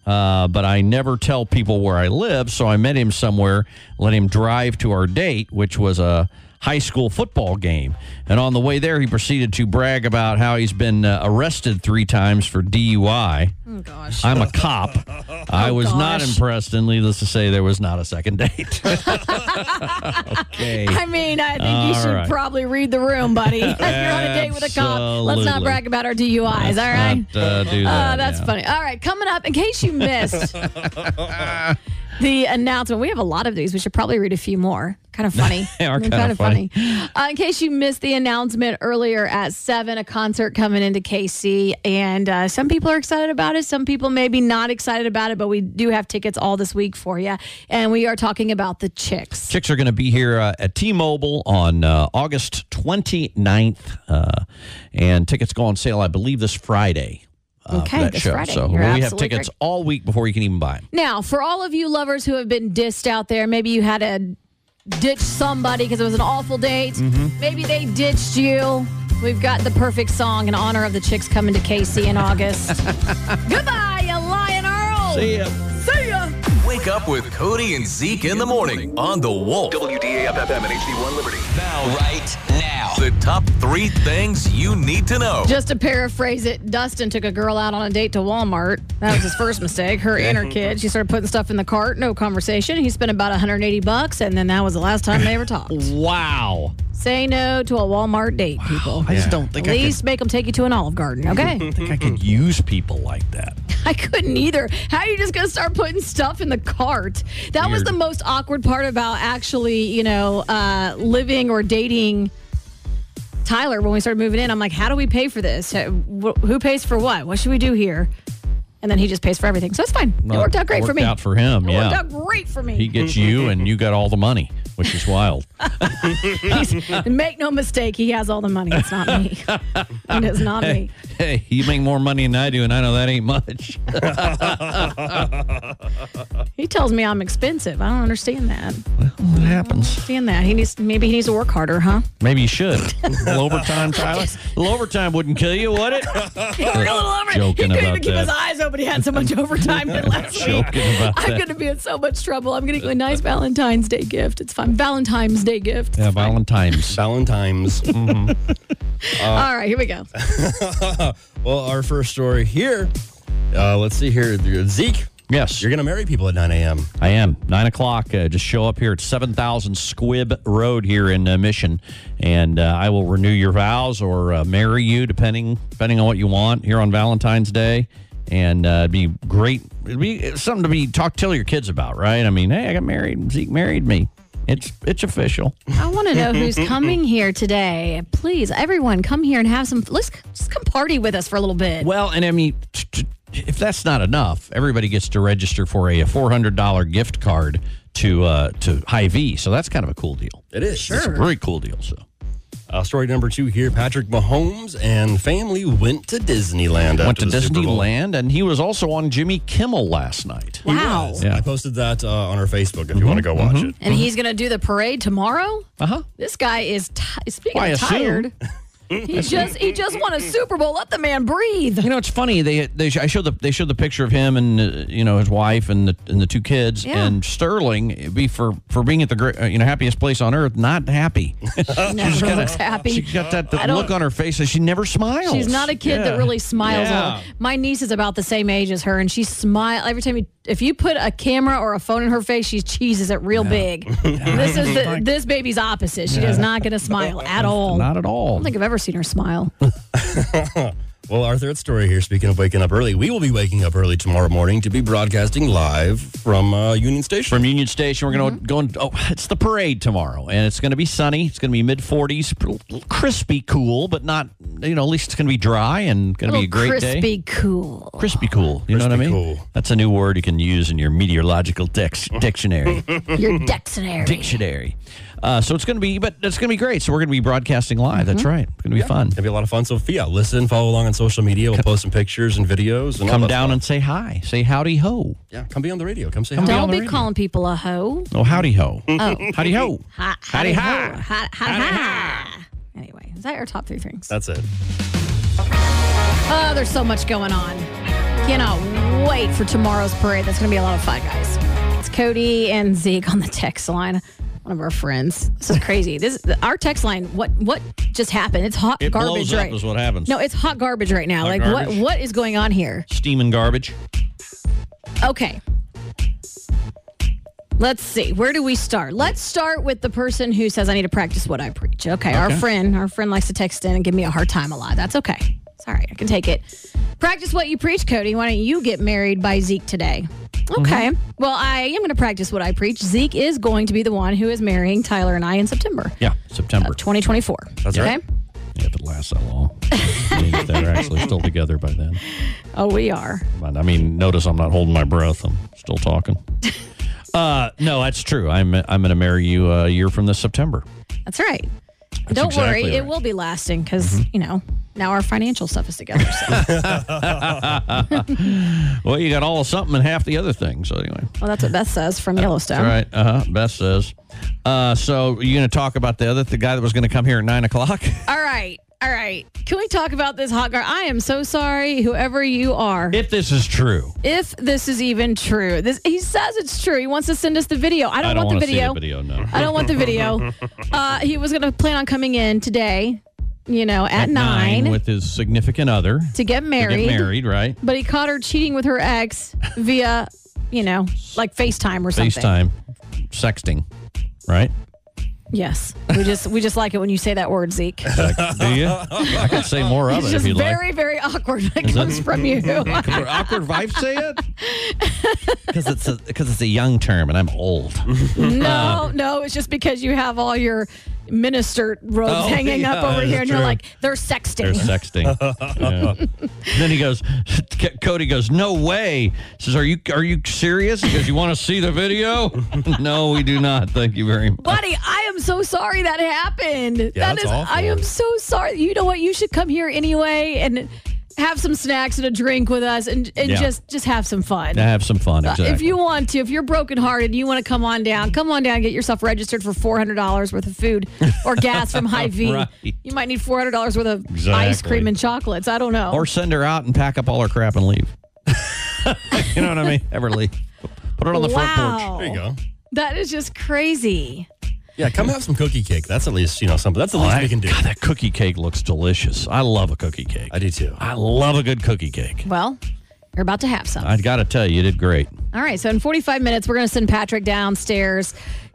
O: uh, but I never tell people where I live. So I met him somewhere, let him drive to our date, which was a high school football game. And on the way there, he proceeded to brag about how he's been uh, arrested three times for DUI.
N: Oh, gosh.
O: I'm a cop. I was not
N: gosh.
O: impressed, and needless to say, there was not a second date. okay.
N: I mean, I think you
O: All
N: should
O: right.
N: probably read the room, buddy. if you're on a date with a cop, let's not
O: Absolutely.
N: brag about our DUIs. All right.
O: Not, uh, do that,
N: Uh, that's
O: yeah.
N: funny. All right. Coming up, in case you missed the announcement, we have a lot of these. We should probably read a few more. Kind of funny.
O: They are
N: They're
O: kinda
N: kinda
O: funny.
N: Uh, in case you missed the announcement earlier at 7, a concert coming into KC. And uh, some people are excited about it. Some people maybe not excited about it, but we do have tickets all this week for you. And we are talking about the chicks.
O: Chicks are going to be here uh, at T-Mobile on uh, August 29th, uh, and tickets go on sale, I believe, this Friday. Uh,
N: Okay,
O: for that
N: this
O: show.
N: Friday.
O: So
N: You're
O: we have
N: absolutely
O: tickets
N: correct.
O: all week before you can even buy them.
N: Now, for all of you lovers who have been dissed out there, maybe you had to ditch somebody because it was an awful date.
O: Mhm.
N: Maybe they ditched you. We've got the perfect song in honor of the chicks coming to KC in August. Goodbye, you lion Earl.
A: See ya.
N: See ya.
A: Wake up with Cody and Zeke in the morning on the Wolf. WDAFFM and HD1 Liberty. Now, right now, the top three things you need to know.
N: Just to paraphrase it, Dustin took a girl out on a date to Walmart. That was his first mistake. Her and her kid. She started putting stuff in the cart. No conversation. He spent about 180 bucks, and then that was the last time they ever talked.
O: Wow.
N: Say no to a Walmart date, people.
O: I just Yeah. don't think
N: At
O: I could-
N: least make them take you to an Olive Garden. Okay,
O: I think I could use people like that.
N: I couldn't either. How are you just gonna start putting stuff in the cart? That was
O: Weird.
N: the most awkward part about actually, you know, uh, living or dating. Tyler, when we started moving in, I'm like, how do we pay for this? Uh, wh- Who pays for what? What should we do here? And then he just pays for everything. So it's fine. it
O: Well,
N: worked out great for
O: worked
N: me.
O: out for him,
N: It
O: yeah.
N: worked out great for me.
O: He gets you, and you got all the money, which is wild.
N: He's- make no mistake, he has all the money. It's not me. it is not me.
O: Hey, hey, you make more money than I do, and I know that ain't much.
N: He tells me I'm expensive. I don't understand that.
O: What happens?
N: Understand that. He needs maybe he needs to work harder, huh?
O: Maybe you should. A little overtime, Tyler. A little overtime wouldn't kill you, would it?
N: He worked a little over. He
O: Uh, Joking
N: couldn't even
O: about
N: keep his
O: that.
N: eyes open. He had so much overtime than last week.
O: Joking about
N: I'm
O: that.
N: going to be in so much trouble. I'm going to get a nice Valentine's Day gift. It's fine. Valentine's Day gift.
O: Yeah, Valentine's.
H: Valentine's.
O: Mhm.
N: All right, here we go.
H: well, our first story here. Uh, let's see here. Zeke.
O: Yes.
H: You're going to marry people at 9 a.m.
O: I am. Nine o'clock. Uh, just show up here at 7000 Squib Road here in uh, Mission, and uh, I will renew your vows or uh, marry you, depending depending on what you want here on Valentine's Day. And uh, it'd be great. It'd be something to be talk tell your kids about, right? I mean, hey, I got married. Zeke married me. It's it's official.
N: I want to know who's coming here today. Please, everyone, come here and have some. Let's just come party with us for a little bit.
O: Well, and I mean, t- t- if that's not enough, everybody gets to register for a four hundred dollar gift card to uh to High V. So that's kind of a cool deal.
H: It is.
O: It's a
H: Sure.
O: very cool deal. So
H: Uh, story number two here Patrick Mahomes and family went to Disneyland.
O: went
H: after
O: to
H: the Super Bowl.
O: Disneyland, and he was also on Jimmy Kimmel last night.
H: He
N: Wow.
H: was.
O: Yeah.
H: I posted that uh, on our Facebook if you
O: Mm-hmm.
H: want to go watch it.
N: and he's going to do the parade tomorrow.
O: Uh huh.
N: This guy is ti speaking
O: Well, I
N: of
O: assume.
N: tired. He just he just won a Super Bowl. Let the man breathe.
O: You know, it's funny. They they I showed the they showed the picture of him and uh, you know his wife and the and the two kids
N: Yeah.
O: and Sterling it'd be for for being at the great, uh, you know happiest place on earth. Not happy.
N: She never looks happy.
O: She's got that,
N: I
O: that
N: don't-
O: look on her face that she never smiles.
N: She's not a kid
O: Yeah.
N: that really smiles.
O: Yeah.
N: a lot. My niece is about the same age as her, and she smile every time you. If you put a camera or a phone in her face, she cheeses it real big. This is the, this baby's opposite. She is not going to smile at all.
O: Not at
N: I
O: all.
N: don't think I've ever seen her smile.
H: Well, our third story here, speaking of waking up early, we will be waking up early tomorrow morning to be broadcasting live from uh, Union Station.
O: From Union Station, we're
N: Mm-hmm.
O: going to go and oh, it's the parade tomorrow, and it's going to be sunny. It's going to be mid forties, crispy, cool, but not you know. At least it's going to be dry and going to be a great
N: crispy,
O: day.
N: cool.
O: Crispy cool. You know what I mean?
H: Crispy
O: That's a new word you can use in your meteorological dex- dictionary.
N: Your dictionary.
O: dictionary. Uh, so it's going to be, but it's going to be great. So we're going to be broadcasting live. That's right. It's going to be fun.
H: It'll be a lot of fun. So, yeah, listen, follow along on social media. We'll post some pictures and videos. And all
O: Come
H: that
O: down
H: stuff.
O: and say hi. Say howdy ho.
H: yeah, come be on the radio. Come say hi.
N: Don't be calling people a hoe.
O: Oh, howdy ho.
N: Oh.
O: Howdy ho.
N: Hi,
O: Howdy
N: hi,
O: hi.
N: hi, hi. Anyway, is that your top three things?
H: That's it.
N: Oh, there's so much going on. Cannot wait for tomorrow's parade. That's going to be a lot of fun, guys. It's Cody and Zeke on the text line. One of our friends. This is crazy. This our text line. What what just happened? It's hot
O: It
N: garbage.
O: blows up
N: right?
O: is what happens.
N: No, it's hot garbage right now.
O: Hot
N: like
O: garbage.
N: what what is going on here?
O: Steaming garbage.
N: Okay. Let's see. Where do we start? Let's start with the person who says, I need to practice what I preach. Okay. Our
S: Okay.
N: friend, our friend likes to text in and give me a hard time a lot. That's okay. It's all right. I can take it. Practice what you preach, Cody. Why don't you get married by Zeke today? Okay.
O: Mm-hmm.
N: Well, I am going to practice what I preach. Zeke is going to be the one who is marrying Tyler and I in September
O: Yeah, September.
N: of 2024.
O: That's
N: okay?
O: right. If it lasts that long. I mean, if they're actually still together by then.
N: Oh, we are.
O: But, I mean, notice I'm not holding my breath. I'm still talking. Uh, no, that's true. I'm I'm going to marry you a year from this September.
N: That's right. Don't
O: exactly
N: worry, it
O: right. Mm-hmm.
N: will be lasting because, you know, now our financial stuff is together. So.
O: well, you got all of something and half the other thing. So anyway.
N: Well, that's what Beth says from Yellowstone.
O: All right. Uh huh. Beth says. Uh, so you're going to talk about the other the guy that was going to come here at nine o'clock?
N: All right. All right. Can we talk about this hot girl? I am so sorry, whoever you are.
O: If this is true,
N: If this is even true, this he says it's true. He wants to send us the video. I don't, want the
O: wanna
N: video.
O: See the video. No.
N: I don't want the video. Uh, he was going to plan on coming in today, you know, at,
O: At
N: nine,
O: with his significant other
N: to get
O: to
N: married.
O: get married, right?
N: But he caught her cheating with her ex via, you know, like FaceTime or something.
O: FaceTime, sexting, right?
N: Yes. We just we just like it when you say that word, Zeke.
O: Do you? I could say more of it
N: It's
O: if
N: just
O: you'd
N: very,
O: like.
N: very awkward when it
O: Is it?
N: comes from you.
O: Could awkward wife say it? Because it's a because it's a young term and I'm old. Um,
N: No, no, it's just because you have all your minister robes
O: Oh,
N: hanging
O: yeah,
N: up over
O: that's
N: here, and you're
O: true.
N: like, they're sexting.
O: They're sexting. Yeah. Then he goes, C- Cody goes, no way. Says, are you are you serious? Because you want to see the video? no, we do not. Thank you very much.
N: Buddy, I am so sorry that happened. that
O: that's
N: is,
O: awful.
N: I am so sorry. You know what? You should come here anyway and have some snacks and a drink with us, and, and
O: Yeah.
N: just just have some fun.
O: To have some fun,
N: Uh,
O: exactly.
N: If you want to, if you're brokenhearted, you want to come on down. Come on down, get yourself registered for four hundred dollars worth of food or gas from High V.
O: Right.
N: You might need four hundred dollars worth of ice
O: Exactly.
N: cream and chocolates. I don't know.
O: or send her out and pack up all her crap and leave. you know what I mean? Everly. Put it on the front
N: Wow.
O: porch.
N: There you
H: go.
N: That is just crazy.
H: Yeah, come have some cookie cake. That's at least, you know, something. That's the least
O: that,
H: we can do.
O: God, that cookie cake looks delicious. I love a cookie cake. I
H: do too.
O: I love a good cookie cake.
N: Well, you're about to have some.
O: I got to tell you, you did great.
N: All right. So in 45 minutes, we're going to send Patrick downstairs.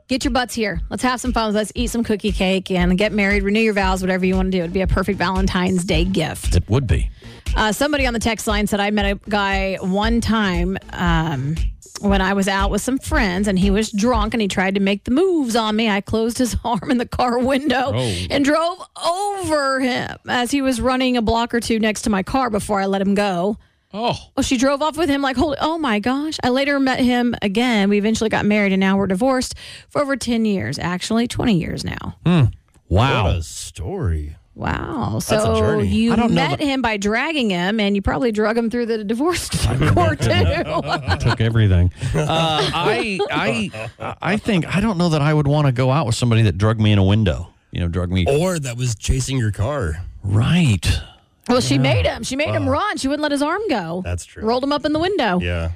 N: Get your butts here. Let's have some fun. Let's eat some cookie cake and get married. Renew your vows, whatever you want to do. It'd be a perfect Valentine's Day gift.
O: It would be.
N: Uh, somebody on the text line said, I met a guy one time. Um, when I was out with some friends and he was drunk and he tried to make the moves on me, I closed his arm in the car window
S: Oh.
N: and drove over him as he was running a block or two next to my car before I let him go.
O: Oh.
N: Well, she drove off with him like, hold, oh my gosh. I later met him again. We eventually got married and now we're divorced for over 10 years, actually 20 years now.
O: Wow.
H: What a story.
N: Wow.
H: That's a
N: So
H: journey.
N: you
H: I don't know
N: met him by dragging him and you probably drug him through the divorce court too.
O: took everything. Uh, I I I think I don't know that I would want to go out with somebody that drug me in a window. You know, drug me.
H: Or that was chasing your car.
O: Right.
N: Well, she made him. She made him
H: Wow.
N: run. She wouldn't let his arm go.
H: That's true.
N: Rolled him up in the window.
H: Yeah.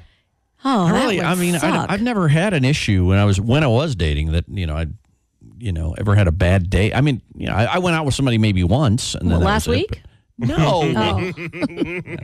N: Oh,
O: I
N: that
O: really.
N: would
O: I mean, I,
N: suck.
O: I've never had an issue when I was when I was dating that you know I, you know, ever had a bad day. I mean, you know, I, I went out with somebody maybe once and then that
N: What, last
O: was it,
N: week?
O: but- No.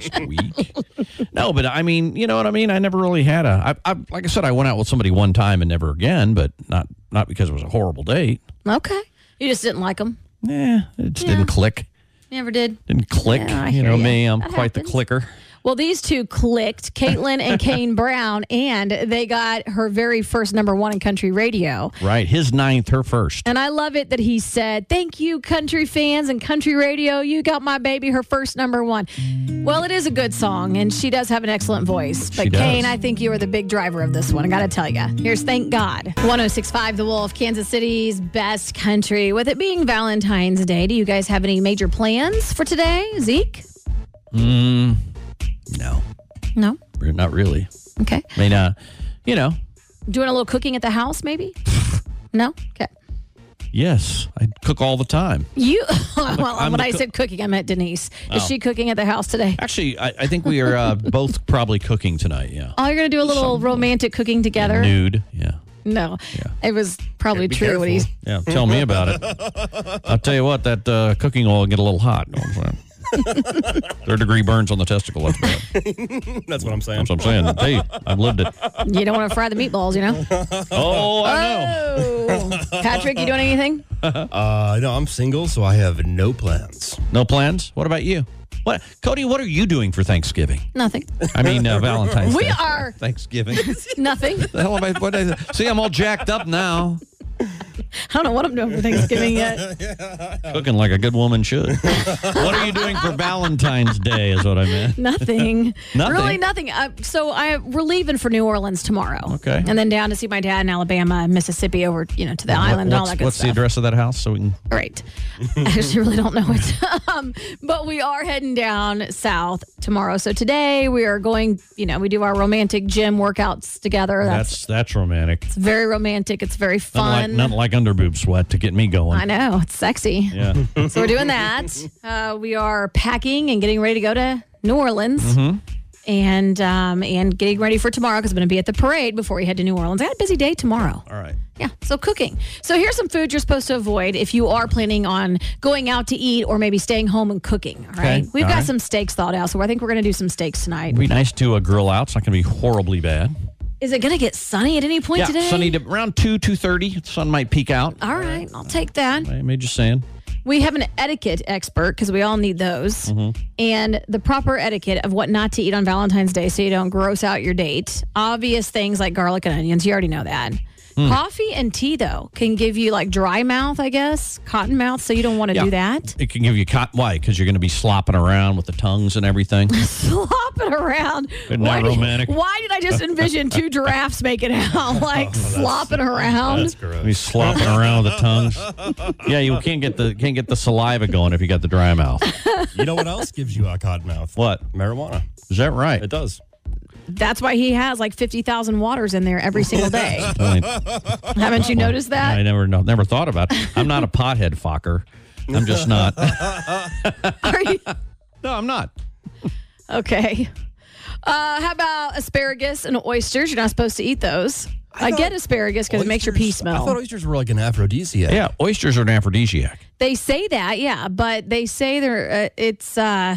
O: No, but I mean, you know what I mean. I never really had a. I, I like I said, I went out with somebody one time and never again, but not not because it was a horrible date.
N: Oh, okay. You just didn't like him.
O: Yeah. It just didn't click.
N: Never did.
O: Didn't click.
N: Yeah, I
O: you
N: hear
O: know
N: ya.
O: me. I'm
N: That
O: quite the
N: happens.
O: clicker.
N: Well, these two clicked, Caitlin and Kane Brown, and they got her very first number one in country radio.
O: Right. His ninth, her first.
N: And I love it that he said, Thank you, country fans and country radio. You got my baby her first number one. Well, it is a good song, and she does have an excellent voice. But
S: She does.
N: Kane, I think you are the big driver of this one. I got to tell you. Here's Thank God. 1065 The Wolf, Kansas City's best country. With it being Valentine's Day, do you guys have any major plans for today? Zeke?
O: Mm, no,
N: No?
O: re- not really.
N: Okay.
O: I mean, uh, you know,
N: Doing a little cooking at the house, maybe? no? Okay.
O: yes, I cook all the time.
N: You, well,
O: I'm
N: when
O: the
N: I
O: cook-
N: said cooking, I meant Denise. Is
O: Oh.
N: she cooking at the house today?
O: Actually, I, I think we are uh, both probably cooking tonight. Yeah.
N: Oh, you're gonna do a little romantic cooking together?
O: Nude. Yeah.
N: No, it was probably
O: Be
N: true. What he's
O: careful. Yeah. Tell me about it. I'll tell you what, that uh, cooking oil will get a little hot. Know what I'm saying? Third degree burns on the testicle. That's bad.
H: That's what I'm saying.
O: That's what I'm saying. Hey, I've lived it.
N: you don't want to fry the meatballs, you know?
O: Oh,
N: Ah! know. Patrick, you doing anything?
H: uh, no, I'm single, so I have no plans.
O: No plans? What about you? What, Cody? What are you doing for Thanksgiving?
N: Nothing.
O: I mean, uh, Valentine's
N: We
O: Day.
N: are-
O: Thanksgiving.
N: Nothing. I
O: the hell am I? What did I see, I'm all jacked up now.
N: don't know what I'm doing for Thanksgiving yet.
O: Cooking like a good woman should. what are you doing for Valentine's Day? Is what I meant.
N: Nothing.
O: Nothing?
N: Really nothing. Uh, so I we're leaving for New Orleans tomorrow.
O: Okay.
N: And then down to see my dad in Alabama and Mississippi over, you know, to the island and all
O: What's,
N: that good
O: what's
N: stuff.
O: the address of that house so we can?
N: Right. I actually really don't know it. um, but we are heading down south tomorrow. So today we are going, you know, we do our romantic gym workouts together. That's,
O: That's that's romantic.
N: it's very romantic. It's very
O: Nothing like,
N: fun.
O: nothing like underboob sweat to get me going.
N: I know. It's sexy.
O: Yeah.
N: So we're doing that. Uh, we are packing and getting ready to go to New Orleans.
O: Mhm.
N: And um, and getting ready for tomorrow because I'm going to be at the parade before we head to New Orleans. I got a busy day tomorrow.
O: All right.
N: Yeah, so cooking. So here's some food you're supposed to avoid if you are planning on going out to eat or maybe staying home and cooking. All right,
O: Okay,
N: we've
O: all
N: got
O: right.
N: some steaks thawed out, so I think we're going to do some steaks tonight.
O: It'd be nice to uh, grill out. It's not going to be horribly bad.
N: Is it going to get sunny at any point
O: yeah,
N: today?
O: sunny to around two two thirty. Sun might peak out.
N: All right, I'll take that.
O: I am just saying.
N: We have an etiquette expert because we all need those,
O: Mhm.
N: and the proper etiquette of what not to eat on Valentine's Day so you don't gross out your date. Obvious things like garlic and onions, you already know that.
S: Hmm.
N: Coffee and tea though can give you like dry mouth, I guess, cotton mouth. So you don't want to
O: Yeah.
N: do that.
O: It can give you cot. Why? Because you're going to be slopping around with the tongues and everything.
N: slopping around.
O: Isn't that
N: why did-
O: romantic? Oh,
N: why did I just envision two giraffes making out, like slopping around?
O: Be slopping around with the tongues. Yeah, you can't get the can't get the saliva going if you got the dry mouth.
H: You know what else gives you a cotton mouth?
O: What?
H: Marijuana.
O: Is that right?
H: It does.
N: That's why he has like 50,000 waters in there every single day. Haven't you noticed that?
O: I never no, never thought about. It. I'm not a pothead fucker. I'm just not.
N: Are you?
O: No, I'm not.
N: Okay. Uh, how about asparagus and oysters? You're not supposed to eat those. I, get asparagus because it makes your pee smell.
H: I thought oysters were like an aphrodisiac.
O: Yeah, oysters are an aphrodisiac.
N: They say that, yeah, but they say they're uh, it's uh,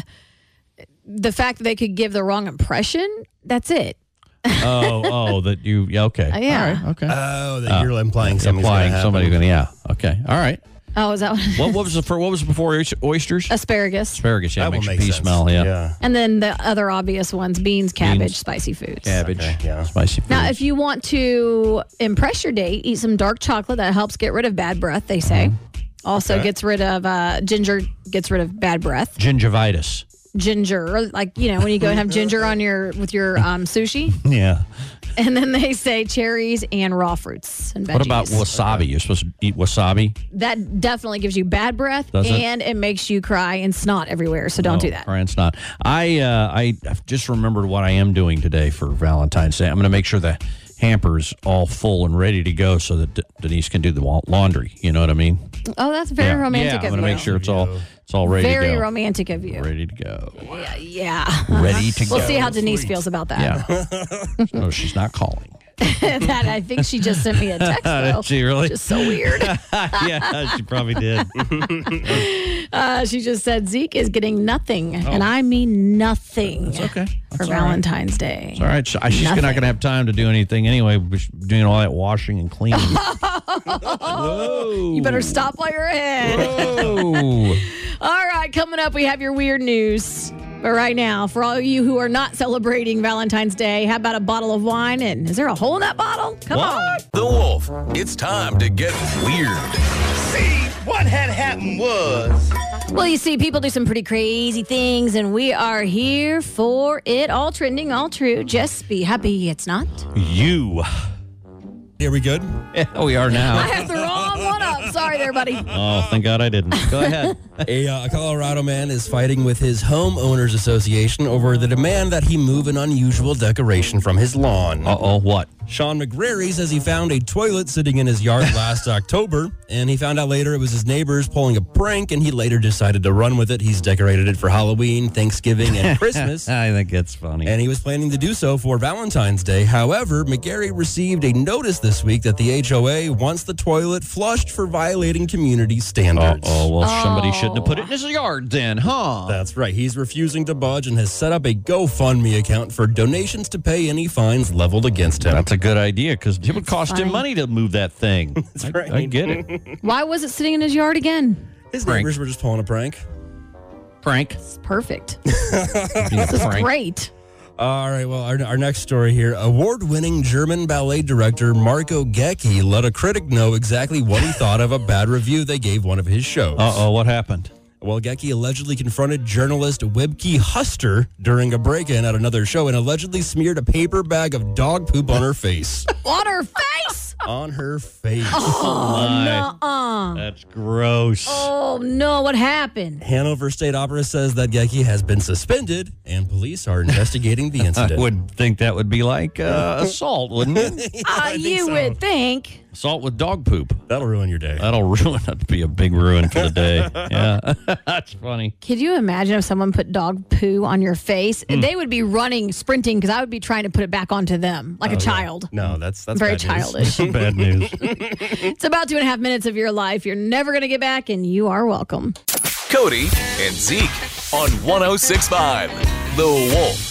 N: the fact that they could give the wrong impression. That's it.
O: Oh, oh, that you. Yeah, okay.
N: Uh, yeah.
O: All right, okay.
H: Oh, that you're implying something's
O: Uh, implying
H: gonna happen.
O: somebody's going to. Yeah. Okay. All right.
N: Oh, is that what?
O: What, what was the, for, what was before oys- oysters?
N: Asparagus.
O: Asparagus. Yeah,
N: That
O: makes your
N: one makes
O: pee
N: sense.
O: smell. Yeah.
N: And then the other obvious ones beans, cabbage, spicy foods.
O: Cabbage. yeah. Spicy.
N: Now, if you want to impress your date, eat some dark chocolate. That helps get rid of bad breath, they say. Also
O: Mm-hmm. Okay.
N: gets rid of uh, ginger, gets rid of bad breath.
O: Gingivitis.
N: Ginger, like, you know, when you go and have ginger on your, with your um, sushi.
O: Yeah.
N: And then they say cherries and raw fruits and veggies.
O: What about wasabi? You're supposed to eat wasabi.
N: That definitely gives you bad breath
O: Does it? Oh,
N: and it? makes you cry and snot everywhere. So don't do that.
O: Brian's not. I uh, I I've just remembered what I am doing today for Valentine's Day. I'm going to make sure the hamper's all full and ready to go so that D- Denise can do the wa- laundry. You know what I mean?
N: Oh, that's very
O: yeah.
N: romantic
O: Yeah,
N: of
O: I'm
N: you.
O: to make sure it's all it's all ready
N: very
O: to go.
N: romantic of you.
O: Ready to go.
N: Yeah. yeah.
O: Ready to
N: We'll
O: go.
N: see how Denise feels about that.
O: Yeah. no, she's not calling.
N: that I think she just sent me a text. Though.
O: Did she really?
N: Oh, Just so weird.
O: yeah, she probably did.
N: Uh, she just said Zeke is getting nothing,
O: Oh.
N: and I mean nothing.
O: okay.
N: for Valentine's Day.
O: It's all right. So I- she's not
N: Nothing.
O: going to have time to do anything anyway. but she's Doing all that washing and cleaning.
N: you better stop while you're ahead.
O: Whoa.
N: All right, coming up, we have your weird news. But right now, for all you who are not celebrating Valentine's Day, how about a bottle of wine? And is there a hole in that bottle? Come on.
A: The Wolf. It's time to get weird.
S: See, what had happened was.
N: Well, you see, people do some pretty crazy things, and we are here for it. All trending, all true. Just be happy it's not.
O: you.
H: Are we good?
O: Yeah, Oh, we are now.
N: I have the wrong one up. Sorry there, buddy.
O: Oh, thank God I didn't. Go ahead.
H: A, uh, a Colorado man is fighting with his homeowners association over the demand that he move an unusual decoration from his lawn. Uh
O: oh, what?
H: Sean McGrary says he found a toilet sitting in his yard last October, and he found out later it was his neighbors pulling a prank, and he later decided to run with it. He's decorated it for Halloween, Thanksgiving, and Christmas.
O: I think it's funny.
H: And he was planning to do so for Valentine's Day. However, McGarry received a notice this week that the HOA wants the toilet flushed for violating community standards.
O: Oh, well, somebody shouldn't have put it in his yard then, huh?
H: That's right. He's refusing to budge and has set up a GoFundMe account for donations to pay any fines leveled against him.
O: That's a good idea because it would cost him
N: funny.
O: money to move that thing. That's I,
H: right.
O: I get it.
N: Why was it sitting in his yard again?
H: His
O: Prank.
H: neighbors were just pulling a prank.
O: Prank.
N: It's perfect. this is great.
H: All right. Well, our, our next story here award winning German ballet director Marco Gecki let a critic know exactly what he thought of a bad review they gave one of his shows.
O: Uh oh, what happened?
H: Well, Gecki allegedly confronted journalist Webke Huster during a break in at another show and allegedly smeared a paper bag of dog poop on her face.
N: On her face.
H: on her face.
O: Uh-uh.
N: Oh, no.
O: That's gross.
N: Oh, no. What happened?
H: Hanover State Opera says that Gecki has been suspended and police are investigating the
O: I
H: incident.
O: would think that would be like uh, assault, wouldn't it?
N: Uh, you would think.
O: assault with dog poop.
H: That'll ruin your day.
O: That'll ruin. That'd be a big ruin for the day. Yeah, that's funny.
N: Could you imagine if someone put dog poo on your face?
H: Hmm.
N: They would be running, sprinting, because I would be trying to put it back onto them like
H: Oh,
N: a
H: yeah.
N: child.
H: No, that's that's
N: Very
H: bad news.
N: childish.
O: bad news.
N: It's about two and a half minutes of your life. You're never going to get back, and you are welcome.
A: oh Cody and Zeke on 1065 The Wolf.